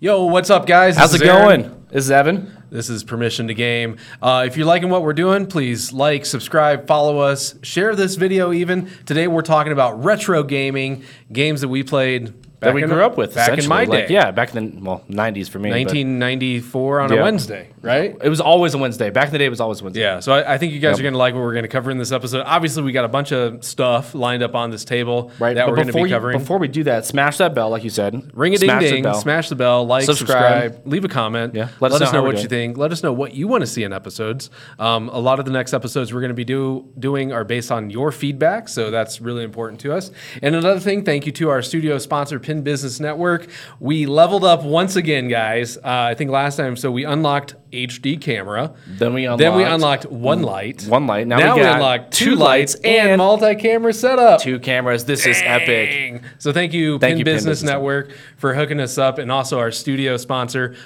Yo, what's up, guys? This How's is it Aaron. going? This is Evan. This is Permission to Game. Uh, if you're liking what we're doing, please like, subscribe, follow us, share this video even. Today we're talking about retro gaming, games that we played back that we in- grew up with. back in my essentially. day. Like, yeah, back in the well, 90s for me. but 1994 on a Yeah. Wednesday, right? It was always a Wednesday. Back in the day, it was always Wednesday. Yeah, so I, I think you guys are going to like what we're going to cover in this episode. Obviously, we got a bunch of stuff lined up on this table Right. that but we're going to before be you- covering. before we do that, smash that bell, like you said. Ring a ding Smash the ding, bell. smash the bell, like, subscribe, Subscribe. leave a comment. Yeah, Let, us know, how we're what you think. Let us know what you want to see in episodes. Um, a lot of the next episodes we're going to be do, doing are based on your feedback, so that's really important to us. And another thing, thank you to our studio sponsor, Pin Business Network. We leveled up once again, guys. Uh, I think last time, so we unlocked HD camera. Then we unlocked. Then we unlocked one light. one light. Now we we, got unlocked two, two lights lights and, and- multi-camera setup. two cameras. This is epic. Dang. So thank you, Thank Pin you, Penn Business Business Network, for hooking us up and also our studio sponsor,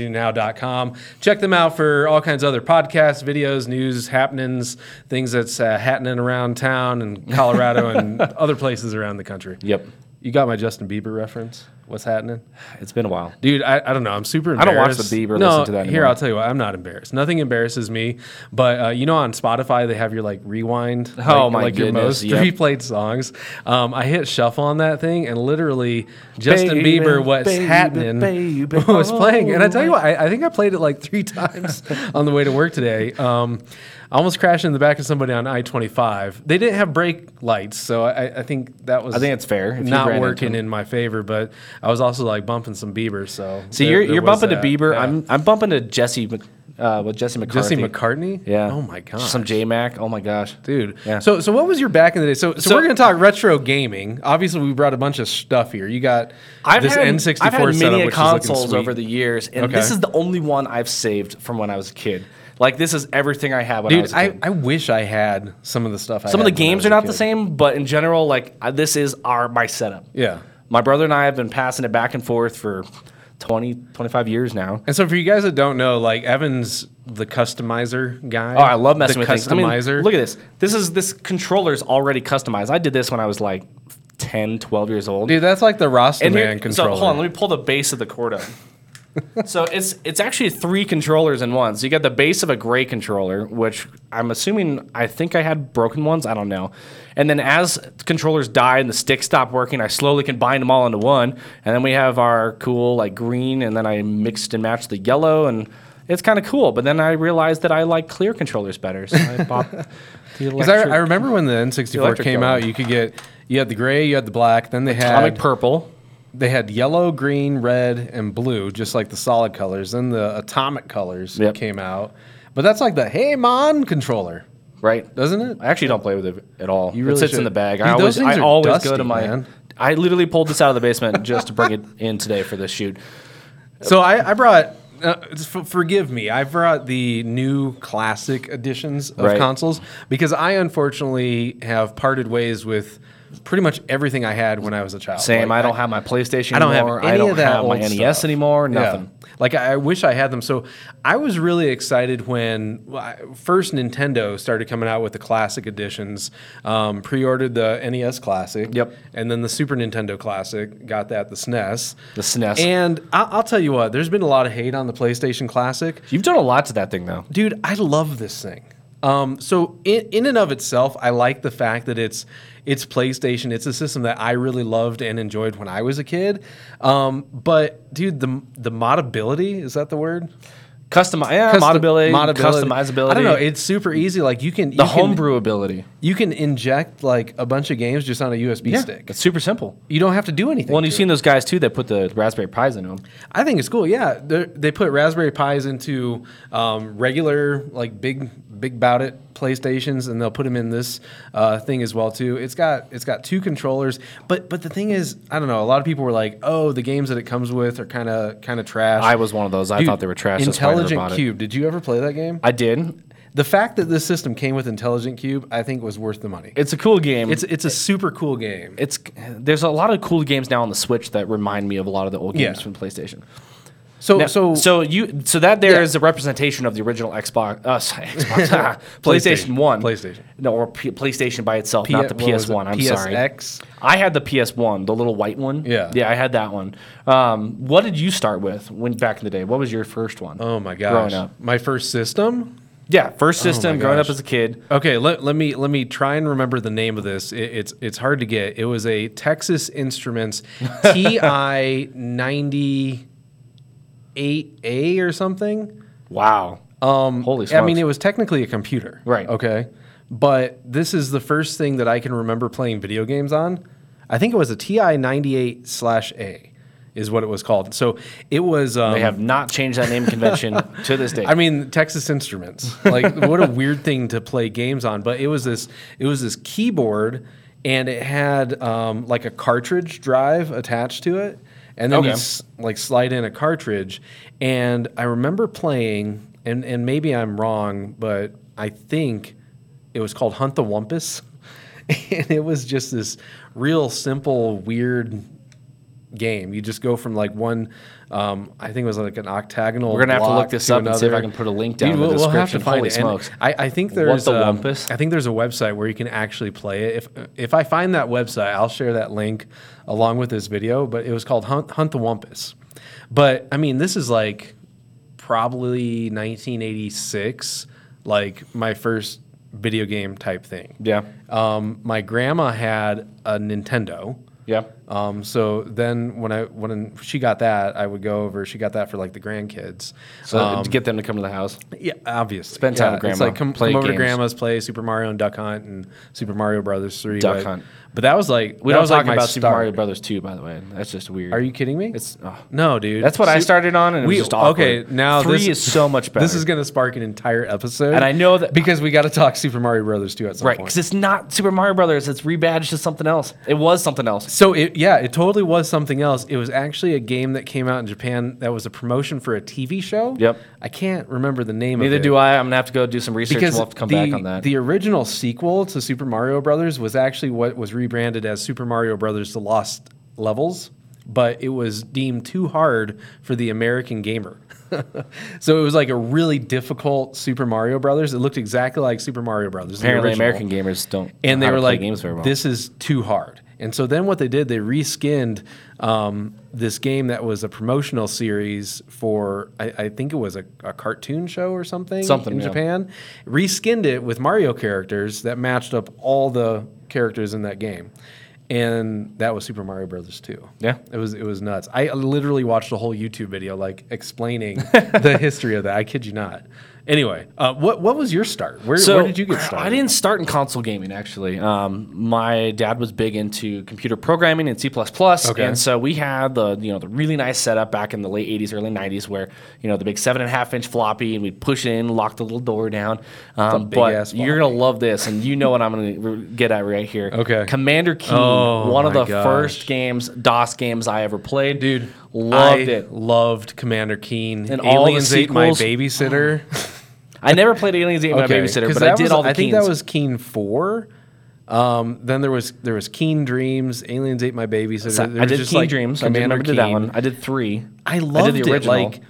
ourcommunitynow.com. Check them out for all kinds of other podcasts, videos, news, happenings, things that's uh, happening around town and Colorado and other places around the country. Yep. You got my Justin Bieber reference? What's happening? It's been a while. Dude, I, I don't know. I'm super I embarrassed. don't watch the Bieber, No, listen to that here, anymore. I'll tell you what. I'm not embarrassed. Nothing embarrasses me. But uh, you know, on Spotify, they have your like rewind. Oh, like, my Like your most goodness, yep. replayed songs. Um, I hit shuffle on that thing, and literally Justin Baby, Bieber, What's baby, Happening, baby, was oh. playing. And I tell you what, I, I think I played it like three times on the way to work today. Um, I almost crashed in the back of somebody on I 25. They didn't have brake lights, so I, I think that was. I think it's fair. If you ran Not into working him. in my favor, but I was also like bumping some Bieber. So See, there- you're there you're was bumping to that. Bieber. Yeah. I'm I'm bumping to Jesse. Mc- Uh, with Jesse McCarthy. Jesse McCartney. Yeah. Oh my god. Some J Mac. Oh my gosh. Dude, Yeah. so so what was your back in the day? So, so, So- we're gonna talk retro gaming. Obviously, we brought a bunch of stuff here. You got I've this had, N64 I've had setup, many which is looking consoles sweet. over the years, and Okay. this is the only one I've saved from when I was a kid. Like this is everything I had when I Dude, was a I, kid. I wish I had some of the stuff. I Some of the had when I games was are a not the kid. same, but in general, like I, this is our my setup. Yeah. My brother and I have been passing it back and forth for 20, 25 years now. And so for you guys that don't know, like Evan's the customizer guy. Oh, I love messing the with things. I mean, customizer. look at this. This is this controller's already customized. I did this when I was like 10, 12 years old. dude, that's like the Rasta And here- man controller. So hold on, let me pull the base of the cord up. so it's it's actually three controllers in one. So you got the base of a gray controller, which I'm assuming I think I had broken ones. I don't know. And then as controllers die and the sticks stop working, I slowly combine them all into one. And then we have our cool like green, and then I mixed and matched the yellow and. It's kind of cool, but then I realized that I like clear controllers better, so I bought the Because I, electric- I remember when the N64 electric came color. out, you could get you had the gray, you had the black, then they atomic had purple. they had yellow, green, red, and blue, just like the solid colors. Then the atomic colors Yep. came out, but that's like the Hey Mon controller, Right. doesn't it? I actually don't play with it at all. You really it sits should. in the bag. I Dude, always, those things I are always dusty, go to my. man. I literally pulled this out of the basement just to bring it in today for this shoot. So I, I brought. Uh, f- forgive me. I brought the new classic editions of Right. consoles because I unfortunately have parted ways with pretty much everything I had when I was a child. Same. Like, I don't have my PlayStation. I don't have anymore. any I don't of that have my old NES stuff. anymore. Nothing. Yeah. Like I I wish I had them. So I was really excited when well, I- first Nintendo started coming out with the classic editions. Um, pre-ordered the NES Classic. Yep. And then the Super Nintendo Classic. Got that the SNES. The E SNES. And I- I'll tell you what, there's been a lot of hate on the PlayStation Classic You've done a lot to that thing though. dude, I love this thing. Um, so in, in and of itself, I like the fact that it's it's PlayStation. It's a system that I really loved and enjoyed when I was a kid. Um, but dude, the the modability is that the word? Custom. Yeah. Custom- modability, modability. Customizability. I don't know. It's super easy. Like you can you the can- homebrew ability. You can inject like a bunch of games just on a USB stick. It's super simple. You don't have to do anything. Well, and you've to it. seen those guys too that put the Raspberry Pis into them. I think it's cool. Yeah, They're, they put Raspberry Pis into um, regular, like big, big bout it PlayStations, and they'll put them in this uh, thing as well too. It's got it's got two controllers, but but the thing is, I don't know. A lot of people were like, "Oh, the games that it comes with are kind of kind of trash." I was one of those. I Dude, thought they were trash. That's why I never Intelligent bought it. Cube. Did you ever play that game? I did. the fact that this system came with Intelligent Cube, I think, was worth the money. It's a cool game. It's it's a super cool game. it's there's a lot of cool games now on the Switch that remind me of a lot of the old games Yeah. from PlayStation. So, Now- so, so you so that there is Yeah. a representation of the original Xbox, uh, sorry, Xbox PlayStation, PlayStation. One, PlayStation. no, or P- PlayStation by itself, P- not the what was PS One. it? I'm sorry, PSX? I had the PS One, the little white one. Yeah. yeah, I had that one. Um, what did you start with when back in the day? What was your first one? oh my gosh, growing up, my first system. yeah, first system, growing up oh gosh. as a kid. Okay, let, let me let me try and remember the name of this. It, it's it's hard to get. It was a Texas Instruments TI ninety eight A or something. Wow, um, holy smokes! I mean, it was technically a computer. Right. Okay. But this is the first thing that I can remember playing video games on. I think it was a TI 98 slash A is what it was called. So it was. Um, they have not changed that name convention to this day. I mean, Texas Instruments. Like, what a weird thing to play games on. But it was this. It was this keyboard, and it had um, like a cartridge drive attached to it, and then you Okay. s- like slide in a cartridge. And I remember playing, and and maybe I'm wrong, but I think it was called Hunt the Wumpus, and it was just this real simple weird. Game. You just go from like one, um, I think it was like an octagonal. We're gonna have to block look this up and see if I another. can put a link down in the description. Holy And smokes. I, I think What there's the um, Wumpus? I think there's a website where you can actually play it. If if I find that website, I'll share that link along with this video. But it was called Hunt, Hunt the Wumpus. But I mean, this is like probably 1986, like my first video game type thing. yeah, Um, my grandma had a Nintendo. yeah, Um, so then when I when she got that, I would go over. She got that for like the grandkids. so Um, to get them to come to the house. Yeah, obviously. Spend time Yeah, with It's grandma, like come, play come over to games. grandma's, play Super Mario and Duck Hunt and Super Mario Brothers three. Duck but, Hunt. But that was like We that don't was talk like my about Super start. Mario Brothers 2, by the way. That's just weird. Are you kidding me? It's oh. no, dude. that's what I Su- started on, and it was We- just awkward. okay, now three this- is so much better. This is going to spark an entire episode, And I know that- because we got to talk Super Mario Brothers two at some right point. because it's not Super Mario Brothers. It's rebadged to something else. It was something else. So it, yeah, it totally was something else. It was actually a game that came out in Japan that was a promotion for a TV show. Yep. I can't remember the name of it. Neither do I. I'm gonna have to go do some research. and because we'll have to come the, back on that. the original sequel to Super Mario Brothers was actually what was rebranded as Super Mario Brothers: The Lost Levels, but it was deemed too hard for the American gamer. so it was like a really difficult Super Mario Brothers. It looked exactly like Super Mario Brothers. the Apparently, original. American gamers don't. and know they how were to play like, games very well. "This is too hard." And so then what they did, they reskinned um, this game that was a promotional series for, I, I think it was a, a cartoon show or something, Something, in yeah. Japan. Reskinned it with Mario characters that matched up all the characters in that game, and that was Super Mario Brothers 2. Yeah. it was it was nuts. I literally watched a whole YouTube video like explaining the history of that. I kid you not. Anyway, uh, what what was your start? Where, where did you get started? I didn't start in console gaming actually. Um, my dad was big into computer programming and C++, Okay. and so we had the you know the really nice setup back in the late '80s, early '90s, where you know the big seven and a half inch floppy, and we'd push in, lock the little door down. Um, big ass but you're gonna love this, and you know what I'm gonna re- get at right here. Okay. Commander Keen, Oh, one of my the gosh. first games DOS games I ever played, Dude, I Loved it. Loved Commander Keen. And all the Aliens ate my sequels. babysitter. I never played Aliens: Ate My Okay, Babysitter, 'cause but I that did was- all the I think Keens. that was Keen Four. Um, then there was there was Keen Dreams. Aliens ate my babysitter. So There I was did just, Keen like, Dreams. I did remember did that one. I did three. I did loved the it. original. Like,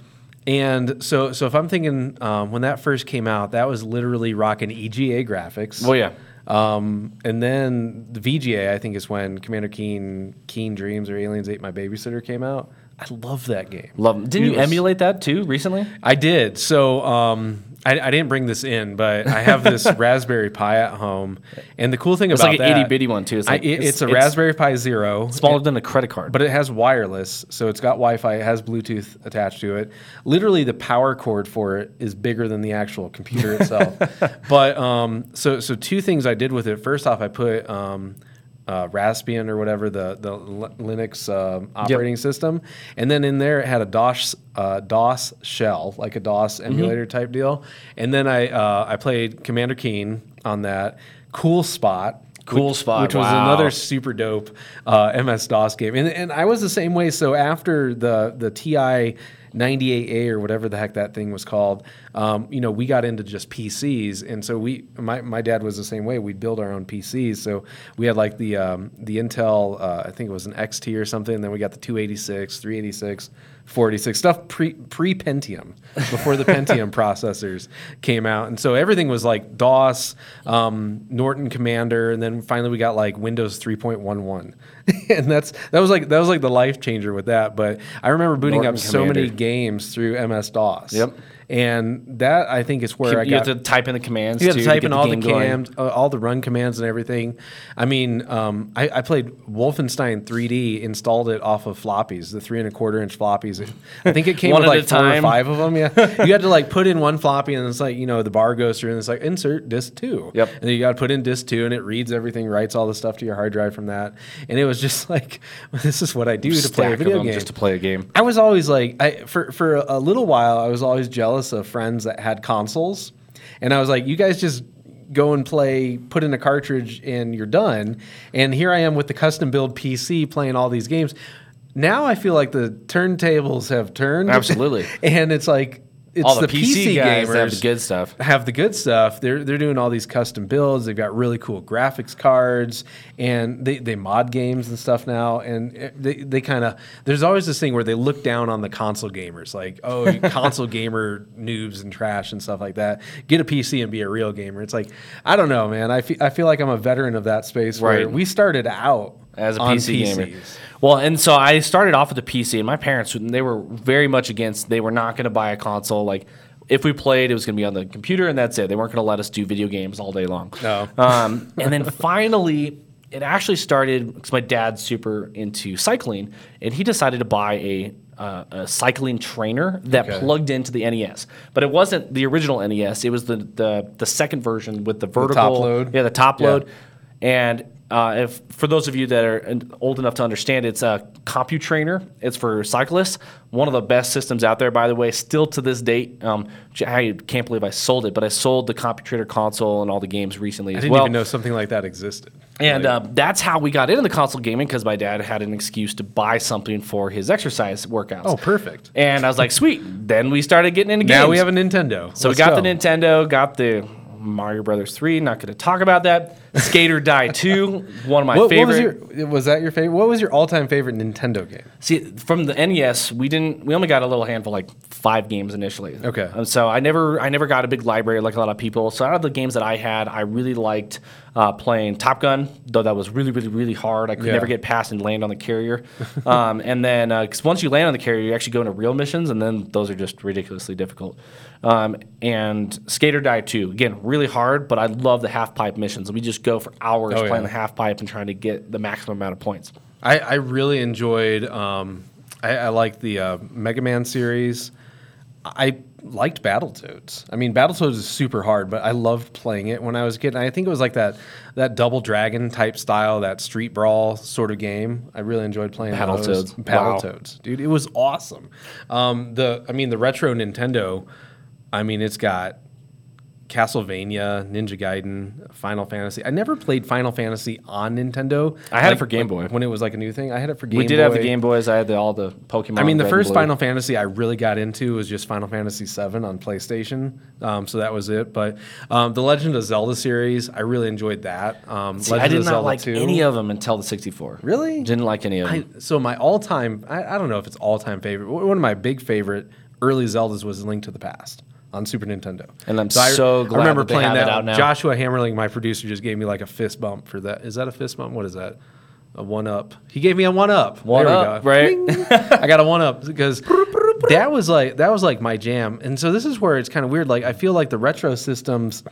and so so if I'm thinking um, when that first came out, that was literally rocking EGA graphics. Well, yeah. Um, and then the VGA, I think, is when Commander Keen, Keen Dreams, or Aliens Ate My Babysitter came out. I love that game. Love. 'em. Didn't It you was- emulate that too recently? I did. So um, I, I didn't bring this in, but I have this Raspberry Pi at home, and the cool thing It's about like an that, itty bitty one too. It's, I, like, it- it's, a Raspberry Pi Zero, smaller than a credit card. but it has wireless, so it's got Wi-Fi. It has Bluetooth attached to it. Literally, the power cord for it is bigger than the actual computer itself. but um, so so two things I did with it. First off, I put um, uh, Raspbian or whatever the the Li- Linux um operating system, and then in there it had a DOS uh, DOS shell, like a DOS emulator type deal. And then I uh, I played Commander Keen on that. Cool spot. Cool which- Spot, which was wow. another super dope uh, MS DOS game. And, and I was the same way. So after the the TI 98A or whatever the heck that thing was called, um, you know, we got into just PCs, and so we, my, my dad was the same way. We'd build our own PCs, so we had like the um, the Intel, uh, I think it was an XT or something. And then we got the 286, 386, 486 stuff pre pre Pentium, before the Pentium processors came out, and so everything was like DOS, um, Norton Commander, and then finally we got like Windows 3.11, and that's that was like that was like the life changer with that. But I remember booting Norton up so many Commander. games through MS DOS. Yep. And that I think is where I you have got to type in the commands. you had to too type get in all the game going. cams, uh, all the run commands and everything. I mean, um, I, I played Wolfenstein 3D, installed it off of floppies, the three and a quarter inch floppies. It- I think it came One with at a like four or time. five of them. Yeah, you had to like put in one floppy, and it's like you know the bar goes through, and it's like insert disk two. Yep. And then you got to put in disk two, and it reads everything, writes all the stuff to your hard drive from that. And it was just like, this is what I do to play Stack a of video them game. just to play a game. I was always like, I for for a little while, I was always jealous of friends that had consoles, and I was like, you guys just go and play, put in a cartridge, and you're done. And here I am with the custom build PC playing all these games. Now I feel like the turntables have turned Absolutely. and it's like it's All the, the PC guys gamers that have the good stuff. have the good stuff. They're they're doing all these custom builds. They've got really cool graphics cards, and they, they mod games and stuff now. And it- they, they kind of there's always this thing where they look down on the console gamers, like oh you console gamer noobs and trash and stuff like that. Get a PC and be a real gamer. It's like I don't know, man. I feel I feel like I'm a veteran of that space where Right. we started out as a on PC gamer. PCs. Well, and so I started off with a PC, and my parents they were very much against. They were not going to buy a console. Like if we played, it was going to be on the computer, and that's it. They weren't going to let us do video games all day long. No. Um, and then finally, it actually started because my dad's super into cycling, and he decided to buy a. Uh, a cycling trainer that Okay. plugged into the NES, but it wasn't the original NES. It was the the, the second version with the vertical load? Yeah, the top Yeah. load. And uh, if for those of you that are uh, old enough to understand, it's a CompuTrainer. It's for cyclists. One of the best systems out there, by the way. Still to this date, um, j- I can't believe I sold it, but I sold the CompuTrainer console and all the games recently I as didn't well. even know something like that existed. And uh, that's how we got into the console gaming because my dad had an excuse to buy something for his exercise workouts. Oh, perfect. And I was like, sweet. Then we started getting into games. Now we have a Nintendo. So we got the Nintendo, got the Mario Brothers 3, not going to talk about that. Skater Die 2, one of my What, what favorite. was your was that your favorite? What was your all time favorite Nintendo game? See, from the NES, we didn't we only got a little handful like 5 games initially. Okay. Um, so I never I never got a big library like a lot of people. So out of the games that I had, I really liked uh, playing Top Gun, though that was really really really hard. I could Yeah. never get past and land on the carrier. um, and then uh 'cause once you land on the carrier, you actually go into real missions and then those are just ridiculously difficult. Um, and Skater Die 2, again, really hard, but I love the half pipe missions. We just go for hours Oh, yeah. playing the half pipe and trying to get the maximum amount of points. I, I really enjoyed. Um, I, I like the uh, Mega Man series. I liked Battletoads. I mean, Battletoads is super hard, but I loved playing it when I was a kid. And I think it was like that that Double Dragon type style, that street brawl sort of game. I really enjoyed playing those. Battletoads. Wow. Battletoads, dude, it was awesome. Um, the I mean, the retro Nintendo. I mean, it's got Castlevania, Ninja Gaiden, Final Fantasy. I never played Final Fantasy on Nintendo. I had it Like, for Game Boy. when it was like a new thing. I had it for Game We did have the Boy. Game Boys. I had the, all the Pokemon. I mean, the Red and first Blue. Final Fantasy I really got into was just Final Fantasy VII on PlayStation, um, so that was it. But um, the Legend of Zelda series, I really enjoyed that. Um, See, I did not like any of them until the 64. Really? Didn't like any of I, them. so my all-time, I, I don't know if it's all-time favorite. One of my big favorite early Zeldas was Link to the Past on Super Nintendo. And I'm so glad that they have it out now. Joshua Hammerling, my producer, just gave me like a fist bump for that. Is that a fist bump? What is that? A one up. He gave me a one up. One There we up, go. right? Ding. I got a one up because that was like that was like my jam. And so this is where it's kind of weird. Like I feel like the retro systems,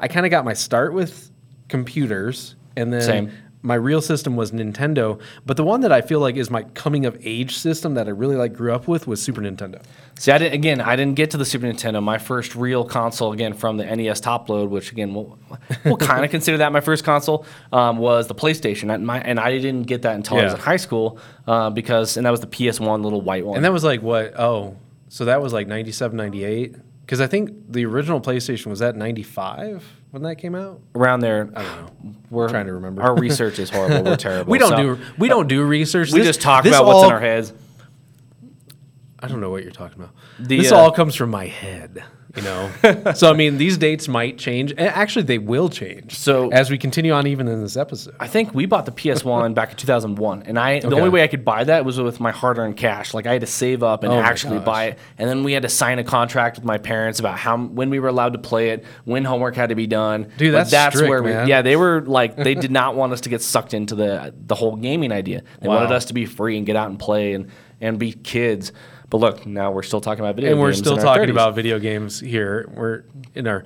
I kind of got my start with computers, and then Same. my real system was Nintendo. But the one that I feel like is my coming of age system that I really like grew up with was Super Nintendo. See, I didn't. Again, I didn't get to the Super Nintendo. My first real console, again from the NES top load, which again we'll, we'll kind of consider that my first console um, was the PlayStation. And, my, and I didn't get that until I was Yeah. in high school uh, because, and that was the PS1 little white one. And that was like what? Oh, so that was like 97, 98? Because I think the original PlayStation was that 95 when that came out. around there, I don't know. We're Trying to remember. Our research is horrible. We're terrible. We don't So do we don't do research. We This- just talk this about what's all- in our heads. I don't know what you're talking about. The, this uh, all comes from my head, you know. so I mean, these dates might change. A- Actually, they will change. So- as we continue on, even in this episode, I think we bought the PS1 back in 2001, and I the Okay. only way I could buy that was with my hard-earned cash. Like I had to save up and Oh my actually gosh. buy it, and then we had to sign a contract with my parents about how when we were allowed to play it, when homework had to be done. Dude, But that's strict, man. yeah, they were like they did not want us to get sucked into the the whole gaming idea. They wanted Wow. us to be free and get out and play and and be kids. But look, now we're still talking about video and games, we're still in our talking 30s. about video games here. We're in our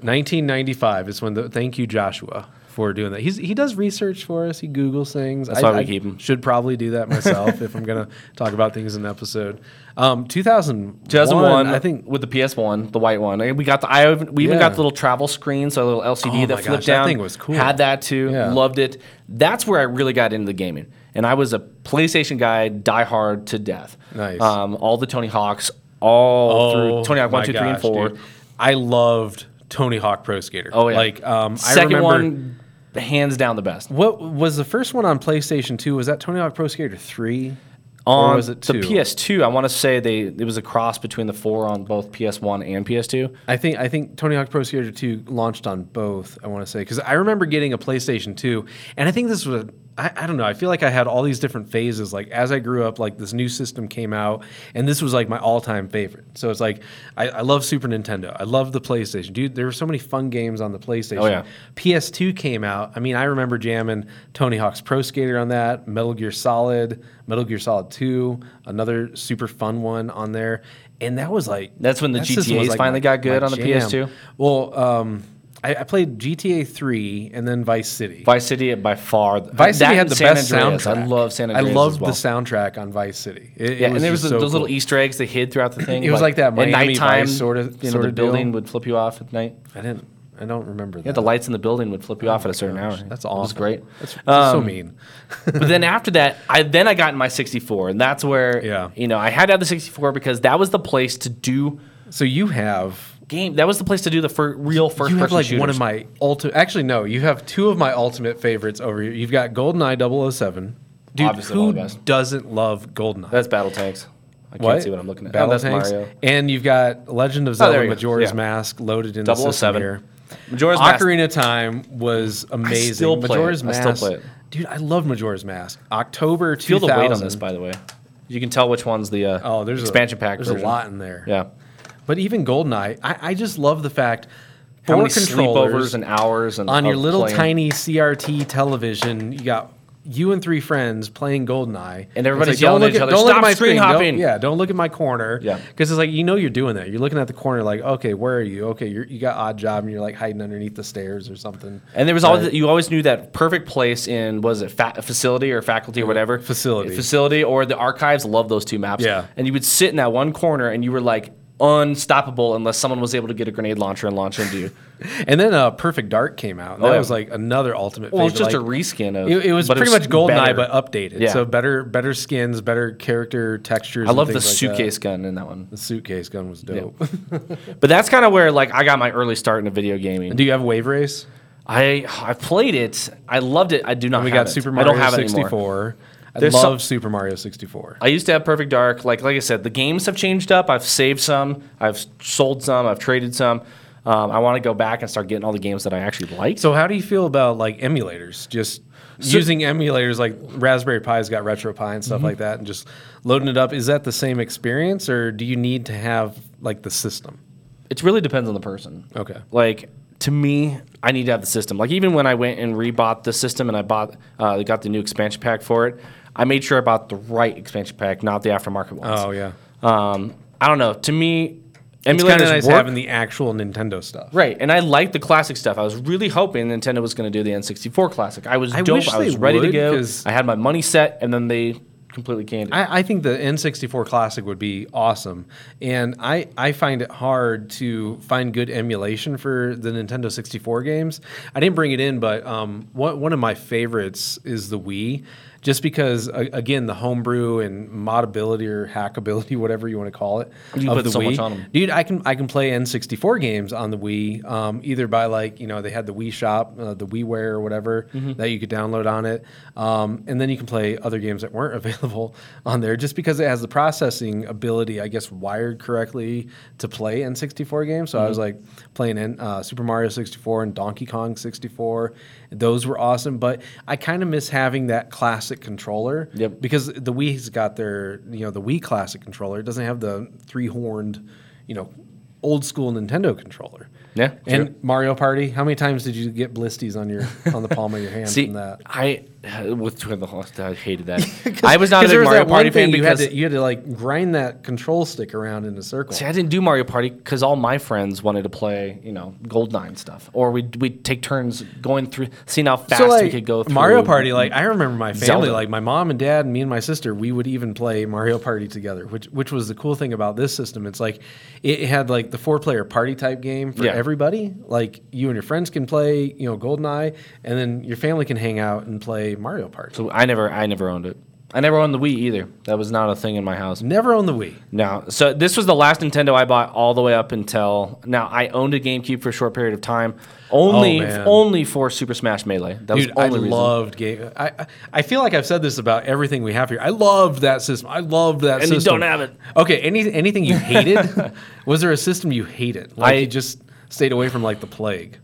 1995 is when the thank you Joshua for doing that. He's he does research for us. He Googles things. That's why we keep him. Should probably do that myself if I'm gonna talk about things in an episode. Um, 2001, 2001, I think with the PS1, the white one. And we got the I even- we even Yeah. got the little travel screen, so a little LCD Oh that my flipped gosh, that down. thing was cool. Had that too. Yeah. Loved it. That's where I really got into the gaming. And I was a PlayStation guy, die hard to death. Nice. Um, all the Tony Hawks, all Oh, through Tony Hawk my 1, 2, 3, and gosh, 4. dude. I loved Tony Hawk Pro Skater. Oh, yeah. Like um, Second I remember, one, hands down the best. What was the first one on PlayStation 2? Was that Tony Hawk Pro Skater 3? on or was it 2? the PS2, I want to say they it was a cross between the four on both PS1 and PS2. I think I think Tony Hawk Pro Skater 2 launched on both, I want to say cuz I remember getting a PlayStation 2 and I think this was I I, I don't know. I feel like I had all these different phases. Like as I grew up, like this new system came out, and this was like my all-time favorite. So it's like I, I love Super Nintendo. I love the PlayStation. Dude, there were so many fun games on the PlayStation. Oh, yeah. PS2 came out. I mean, I remember jamming Tony Hawk's Pro Skater on that, Metal Gear Solid, Metal Gear Solid 2, another super fun one on there. And that was like That's when the that system was, GTAs finally got good my on the PS2? Well, um, I, I played GTA 3 and then Vice City. Vice City by far. Vice that City had and the San best Andreas. soundtrack. I love San Andreas. I loved as well. the soundtrack on Vice City. It, it Yeah, and there was just the, so those cool. little Easter eggs they hid throughout the thing. It was like that Miami Vice sorta- of, you know, sorta the building deal. would flip you off at night. I didn't. I don't remember that. Yeah, the lights in the building would flip you off at a certain hour. That's It awesome. was great. That's, that's so Um, mean. but then after that, I then I got in my 64, and that's where Yeah. you know I had to have the 64 because that was the place to do So you have game. That was the place to do the fir- real first you have person like shooters. one of my ultimate. Actually, no, you have two of my ultimate favorites over here. You've got GoldenEye 007. Dude, Obviously one who of the best. doesn't love GoldenEye? that's battle tanks. I can't see what I'm looking at. Battle oh, that's tanks. Mario. Oh, And you've got Legend of Zelda there you go. Majora's Yeah. Mask loaded in the system 007. here. Majora's Mask. Ocarina of Time was amazing. still play it. Majora's I Mask. still play it. Dude, I love Majora's Mask. October 2000. Feel the weight on this, by the way. You can tell which one's the uh, Oh, there's expansion a, pack. There's version. a lot in there. Yeah. But even GoldenEye, I, I just love the fact How four many controllers sleepovers and hours and on your of little playing. tiny CRT television, you got you and three friends playing GoldenEye, It's And everybody's "Don't yelling at look each other, Don't look at "Stop my screen screen Don't- hopping." yeah, don't look at my corner. Yeah. because it's like you know you're doing that. You're looking at the corner, like, okay, where are you? Okay, you're, you got odd job, and you're like hiding underneath the stairs or something. And there was always you always knew that perfect place in was it fa- facility or faculty or whatever Facility. facility or the archives. Love those two maps. Yeah. and you would sit in that one corner and you were like unstoppable unless someone was able to get a grenade launcher and launch into you. And then uh, Perfect Dark came out. and Oh, that yeah. was like another ultimate. Well, it's favorite, just a like- reskin of It, it was but pretty much better. GoldenEye, but updated. Yeah. So better, better skins, better character textures. I and love the things like that. suitcase gun in that one. The suitcase gun was dope. But that's kind of where like I got my early start into video gaming. Do you have Wave Race? I I played it. I loved it. I do not. We have got it. Super I Mario don't have it anymore. 64. I There's love some- Super Mario 64. I used to have Perfect Dark. Like like I said, the games have changed up. I've saved some. I've sold some. I've traded some. Um, I want to go back and start getting all the games that I actually like. So how do you feel about like emulators? Just using emulators like Raspberry Pi's got RetroPie and stuff Mm-hmm. like that, and just loading it up. Is that the same experience, or do you need to have like the system? it really depends on the person. Okay. Like to me, I need to have the system. Like even when I went and rebought the system and I bought uh, got the new expansion pack for it, I made sure I bought the right expansion pack, not the aftermarket ones. Oh yeah, Um, I don't know. To me, it's kind of nice emulators work. having the actual Nintendo stuff. Right, and I like the classic stuff. I was really hoping Nintendo was going to do the N64 classic. I was I dope. wish I was they ready would, to go. 'cause- I had my money set, and then they completely canned it. I, I think the N64 Classic would be awesome, and I, I find it hard to find good emulation for the Nintendo 64 games. I didn't bring it in, but um, one one of my favorites is the Wii, just because a, again the homebrew and modability or hackability, whatever you want to call it, You of put the so Wii. much on 'em. Dude, I can I can play N64 games on the Wii, um, either by like you know they had the Wii Shop, uh, the WiiWare or whatever that you could download on it, um, and then you can play other games that weren't available available on there just because it has the processing ability, I guess, wired correctly to play N64 games. So I was like playing in uh, Super Mario 64 and Donkey Kong 64. Those were awesome, but I kind of miss having that classic controller. Yep. Because the Wii's got their, you know, the Wii classic controller. It doesn't have the three horned, you know, old school Nintendo controller. Yeah, true. And Mario Party. How many times did you get blisties on your on the palm of your hand See, from that? I with Twiddle, I hated that. I was not a big was Mario that one Party thing fan you had because to, you had to like grind that control stick around in a circle. See, I didn't do Mario Party because all my friends wanted to play, you know, Goldeneye and stuff, or we'd we'd take turns going through, seeing how fast so like we could go through Mario Party, like I remember my family, Zelda. like my mom and dad and me and my sister, we would even play Mario Party together, which which was the cool thing about this system. It's like it had like the four player party type game for Yeah. everybody. Like you and your friends can play, you know, Goldeneye, and then your family can hang out and play Mario Party. So I never, I never owned it. I never owned the Wii either. That was not a thing in my house. Never owned the Wii. No. So this was the last Nintendo I bought all the way up until now. I owned a GameCube for a short period of time, only man. only for Super Smash Melee. That was Dude, the I only reason. loved game. I I- I feel like I've said this about everything we have here. I loved that system. I loved that And you system. don't have it. Okay. Any anything you hated? was there a system you hated? Like I- you just stayed away from like the plague.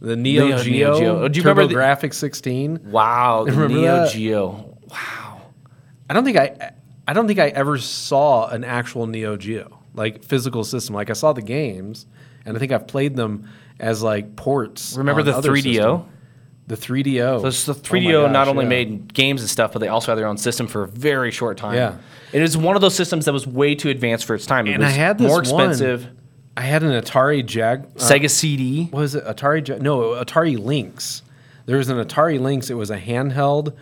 The Neo, Neo- Neo Geo, Geo. Oh, Do you remember Turbo the- Graphics 16. wow, the Remember Neo that? Geo. I don't think I I don't think I ever saw an actual Neo Geo like physical system. Like I saw the games, and I think I've played them as like ports. Remember on the other 3DO? system. The 3DO. Those- the Oh my 3DO not gosh, only yeah. made games and stuff, but they also had their own system for a very short time. Yeah. It is one of those systems that was way too advanced for its time. It And I was had this more one. expensive I had an Atari Jag. uh, Sega CD. what was it Atari? Ja- No, Atari Lynx. There was an Atari Lynx. It was a handheld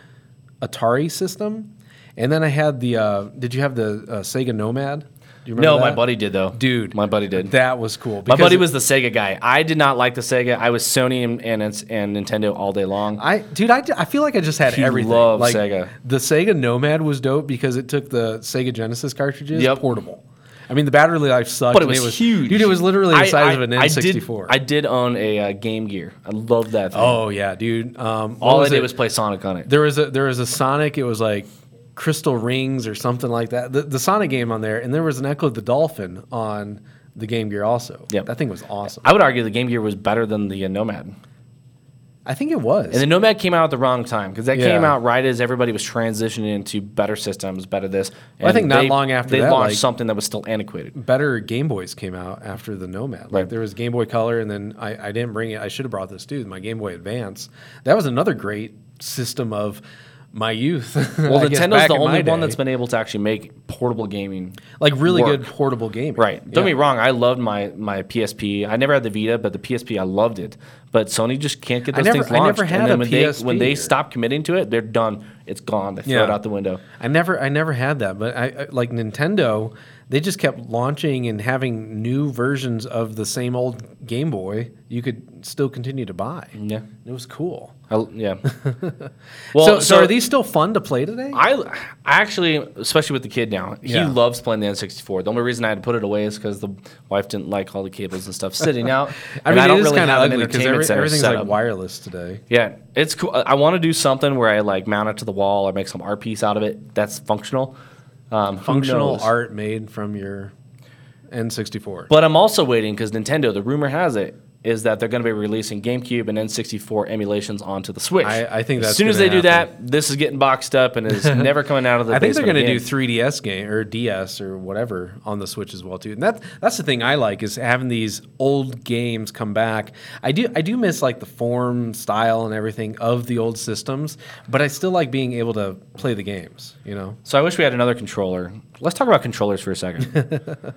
Atari system, and then I had the. Uh, did you have the uh, Sega Nomad? Do you remember No, my that? buddy did though. Dude, my buddy did. That was cool. my because buddy it- was the Sega guy. I did not like the Sega. I was Sony and and, it's- and Nintendo all day long. I dude, I, I feel like I just had He everything. loved like, Sega. The Sega Nomad was dope because it took the Sega Genesis cartridges Yep. portable. I mean, the battery life sucked. but it and was, huge. dude. It was literally the I- size I- of an I N did- sixty four. I did own a uh, Game Gear. I loved that thing. Oh yeah, dude. Um, what all I was did it? was play Sonic on it. There was a there was a Sonic. It was like Crystal Rings or something like that. The, the Sonic game on there, and there was an Echo the Dolphin on the Game Gear also. Yep. that thing was awesome. I would argue the Game Gear was better than the uh, Nomad. I think it was. And the Nomad came out at the wrong time because that Yeah. came out right as everybody was transitioning into better systems, better this. Well, I And think not long after they that, launched like- something that was still antiquated. Better Game Boys came out after the Nomad. Like Right. there was Game Boy Color, and then I, I didn't bring it. I should have brought this too. My Game Boy Advance. That was another great system of my youth. Well, I guess Nintendo's back the in my only one day. that's been able to actually make portable gaming. like really work. good portable gaming. Right. Don't Yeah. get me wrong. I loved my my PSP. I never had the Vita, but the PSP I loved it. But Sony just can't get I those never- things I never launched. had a and then when they PSP when they or- stop committing to it, they're done. It's gone. They throw it Yeah. out the window. I never, I never had that, but I, I like Nintendo. They just kept launching and having new versions of the same old Game Boy. You could still continue to buy. Yeah. it was cool. I, yeah. so, so, are these still fun to play today? I I actually, especially with the kid now, he Yeah. loves playing the N64. The only reason I had to put it away is because the wife didn't like all the cables and stuff sitting out. I and mean, it is really kind of have an ugly because entertainment center everything's set like up. wireless today. Yeah, it's cool. I want to do something where I like mount it to the wall or make some art piece out of it that's functional. Um, who Functional knows? art made from your N64. But I'm also waiting because Nintendo. The rumor has it is that they're going to be releasing GameCube and N64 emulations onto the Switch. I- I think as that's soon as they gonna do happen. that, this is getting boxed up and is never coming out of the. I think they're basement going to do again. 3DS game or DS or whatever on the Switch as well too. And that that's the thing I like is having these old games come back. I do I do miss like the form, style, and everything of the old systems, but I still like being able to play the games. You know, So I wish we had another controller. Let's talk about controllers for a second.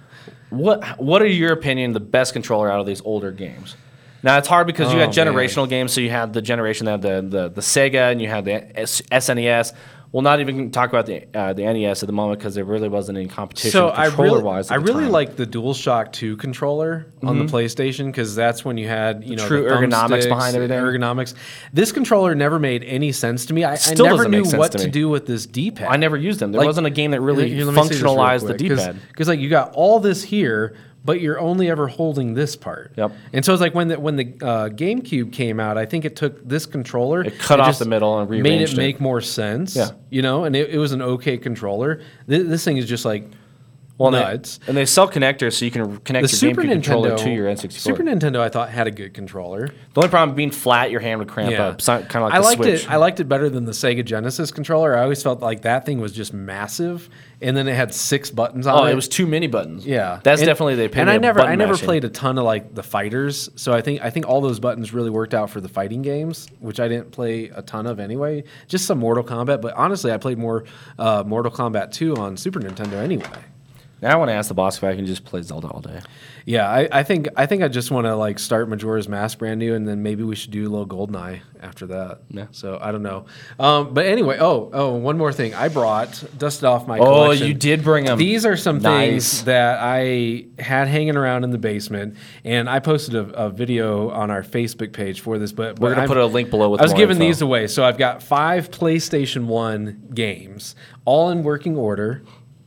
what What are your opinion the best controller out of these older games? Now it's hard because you had Oh, man. generational games, so you had the generation that had the, the the Sega and you had the S- SNES. We'll not even talk about the uh, the NES at the moment because there really wasn't any competition I controller really, wise. I really like the DualShock Two controller on the PlayStation because that's when you had you know Mm-hmm. true the ergonomics thumbsticks, behind everything. Ergonomics. This controller never made any sense to me. I, I Still never doesn't make knew sense what to to, me. do with this D pad. I never used them. There wasn't a game that really Here, let me see this real functionalized the quick, D pad. Because like you got all this here, but you're only ever holding this part. Yep. And so it's like when the when the uh, GameCube came out, I think it took this controller, It cut off just the middle and made rearranged it it. make more sense. Yeah. You know, and it, it was an okay controller. Thi- this thing is just like Well, and they- nuts. and they sell connectors so you can connect the your Super GameCube controller Nintendo to your N64. Super Nintendo, I thought had a good controller. the only problem being flat, your hand would cramp up. Kind of like I the liked Switch. it. I liked it better than the Sega Genesis controller. I always felt like that thing was just massive, and then it had six buttons on oh, it. it was too many buttons. yeah, that's And- definitely the And opinion. I of never, button I never mashing. played a ton of like the fighters, so I think I think all those buttons really worked out for the fighting games, which I didn't play a ton of anyway. Just some Mortal Kombat, but honestly, I played more uh, Mortal Kombat 2 on Super Nintendo anyway. Now I want to ask the boss if I can just play Zelda all day. Yeah, I, I think I think I just want to like start Majora's Mask brand new, and then maybe we should do a little Goldeneye after that. Yeah. So I don't know, um, but anyway. Oh, oh, one more thing. I brought dusted off my. Oh, collection. you did bring 'em. These are some Nice. things that I had hanging around in the basement, and I posted a, a video on our Facebook page for this. But We're gonna put a link below with I was more giving info. these away, so I've got five PlayStation One games, all in working order.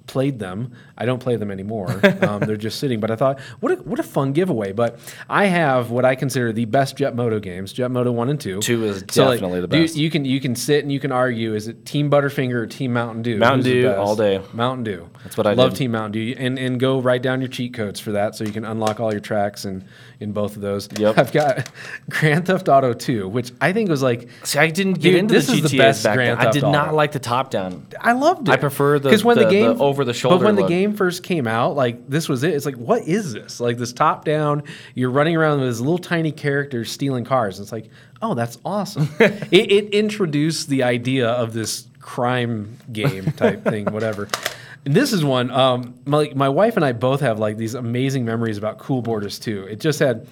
Played them. I don't play them anymore. Um, they're just sitting. But I thought, what a, what a fun giveaway. But I have what I consider the best Jet Moto games. Jet Moto One and Two. Two is definitely the do you- best. You, can you can sit and you can argue. Is it Team Butterfinger or Team Mountain Dew? Mountain Who's the Dew best? all day. Mountain Dew. That's what I love. did. Team Mountain Dew, and and go write down your cheat codes for that, so you can unlock all your tracks and in both of those. Yep. I've got Grand Theft Auto 2, which I think was like See, I didn't get Dude, into this the is the GTAs best back Grand then. I Theft did not Auto. like the top down. I loved it. I prefer the- the- the over-the-shoulder But when look. the game first came out, like this was it. It's like what is this? Like this top down. You're running around with this little tiny character stealing cars. It's like oh, that's awesome. it, it introduced the idea of this crime game type thing, whatever. And this is one. Um, my, my wife and I both have like these amazing memories about Cool Borders 2. It just had.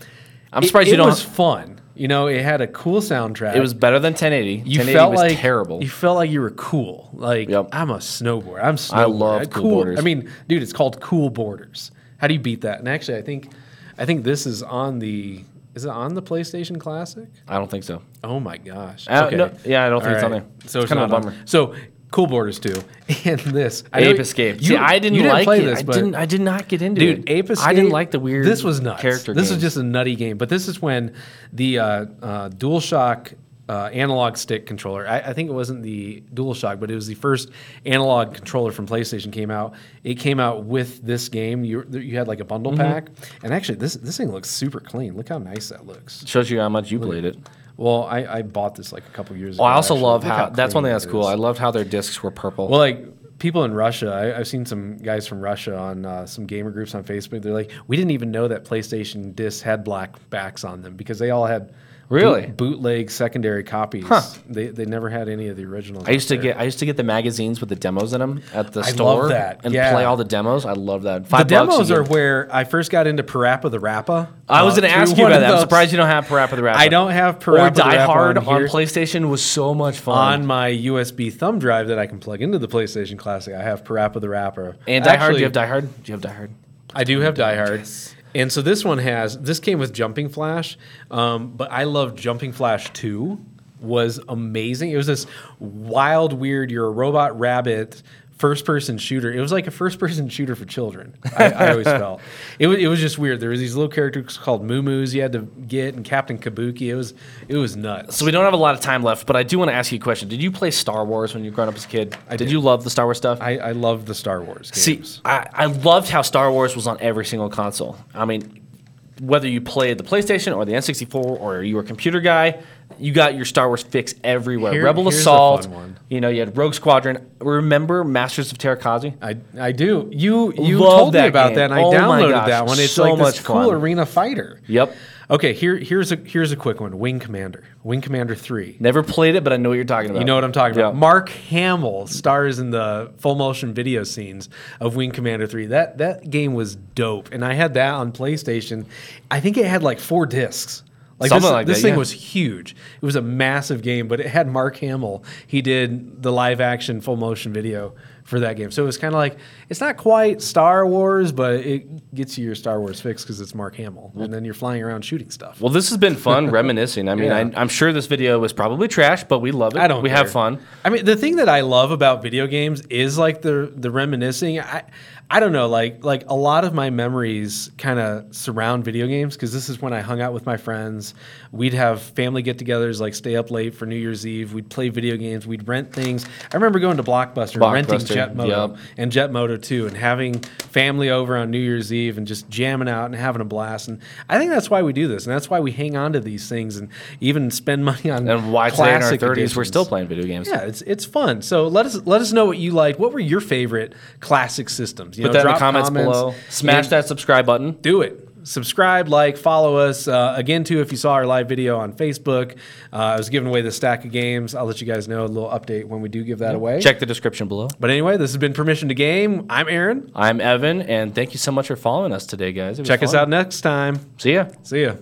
I'm it- surprised you it don't- was fun. You know, it had a cool soundtrack It was better than 1080. you 1080 felt was like terrible. You felt like you were cool. Like Yep. I'm a snowboarder. I'm snowboarder. I love cool borders. I mean, dude, it's called cool borders. How do you beat that? And actually, I think, I think this is on the. Is it on the PlayStation Classic? I don't think so. Oh my gosh. I don't- Uh, no, yeah, I don't think it's on Alright. there. So It's it's kind kinda a of a bummer. bummer. So cool borders too, and this I know Ape you- Escape. you See, I didn't, you like play it. This, I but didn't. I did not get into it, Dude, Ape Escape. I didn't like the weird. This was nuts. Character. This was games. just a nutty game, but this is when the uh, uh, DualShock uh, analog stick controller. I, I think it wasn't the DualShock, but it was the first analog controller from PlayStation came out. It came out with this game. You you had like a bundle Mm-hmm. pack, and actually this this thing looks super clean. Look how nice that looks. shows you how much you played it. Well, I, I bought this like a couple years ago. Well, I also actually. love Look how, that's one clean thing that's it cool. is. I loved how their discs were purple. Well, like people in Russia, I, I've seen some guys from Russia on uh, some gamer groups on Facebook. They're like, we didn't even know that PlayStation discs had black backs on them because they all had Really? boot- bootleg secondary copies. Huh. They, they never had any of the originals. I used to get I used to get the magazines with the demos in them at the love store that. and Yeah. play all the demos. I love that. the Five bucks, demos you are get- where I first got into Parappa the Rappa. I was Uh, going to through ask you one about of that. I'm those- surprised you don't have Parappa the Rapper. I don't have Or Parappa the Die Rappa Hard on, on here. PlayStation was so much fun. on my USB thumb drive that I can plug into the PlayStation Classic, I have Parappa the Rapper. and Die Hard, do Actually- you have Die Hard? Do you have Die Hard? I do have Die Hard. And so this one has this came with Jumping Flash, um, but I love Jumping Flash Two was amazing. It was this wild, weird. You're a robot rabbit. First person shooter. It was like a first person shooter for children. I, I always felt it was. It was just weird. There was these little characters called Moo Moos you had to get, and Captain Kabuki. It was. It was nuts. So we don't have a lot of time left, but I do want to ask you a question. Did you play Star Wars when you were growing up as a kid? did. you love the Star Wars stuff? I, I love the Star Wars games. See, I, I loved how Star Wars was on every single console. I mean, whether you played the PlayStation or the N64 or you were a computer guy, you got your Star Wars fix everywhere. Here- Rebel here's a Assault, fun one. you know, you had Rogue Squadron. Remember Masters of Terrakazi? I, I do. You you Love told me that about game. that, and I Oh my downloaded gosh, that one. It's so like much this cool fun. arena fighter. Yep. Okay, here here's a here's a quick one. Wing Commander. Wing Commander three. Never played it, but I know what you're talking about. You know what I'm talking about. Yeah. Mark Hamill stars in the full motion video scenes of Wing Commander 3. That that game was dope. And I had that on PlayStation. I think it had like four discs. Like Something this, like this that, thing yeah. was huge. It was a massive game, but it had Mark Hamill. He did the live action full motion video for that game. So it was kind of like it's not quite Star Wars, but it gets you your Star Wars fix because it's Mark Hamill, and then you're flying around shooting stuff. Well, this has been fun reminiscing. I mean, Yeah. I, I'm sure this video was probably trash, but we love it. I don't. We care. have fun. I mean, the thing that I love about video games is like the the reminiscing. I I don't know, like like a lot of my memories kind of surround video games because this is when I hung out with my friends. We'd have family get-togethers, like stay up late for New Year's Eve. We'd play video games. We'd rent things. I remember going to Blockbuster, and renting Blockbuster, Jet Moto yep. and Jet Moto 2 and having family over on New Year's Eve and just jamming out and having a blast. And I think that's why we do this, and that's why we hang on to these things and even spend money on And why today in our 30s classic we're editions. still playing video games. Yeah, it's it's fun. So let us let us know what you like. What were your favorite classic systems? You Put know, that in the drop comments, below. Smash and that subscribe button. Do it. Subscribe, like, follow us. Uh, again, too, if you saw our live video on Facebook, uh, I was giving away the stack of games. I'll let you guys know a little update when we do give that away. Check the description below. But anyway, this has been Permission to Game. I'm Aaron. I'm Evan, and thank you so much for following us today, guys. It was Check us fun. out next time. See ya. See ya.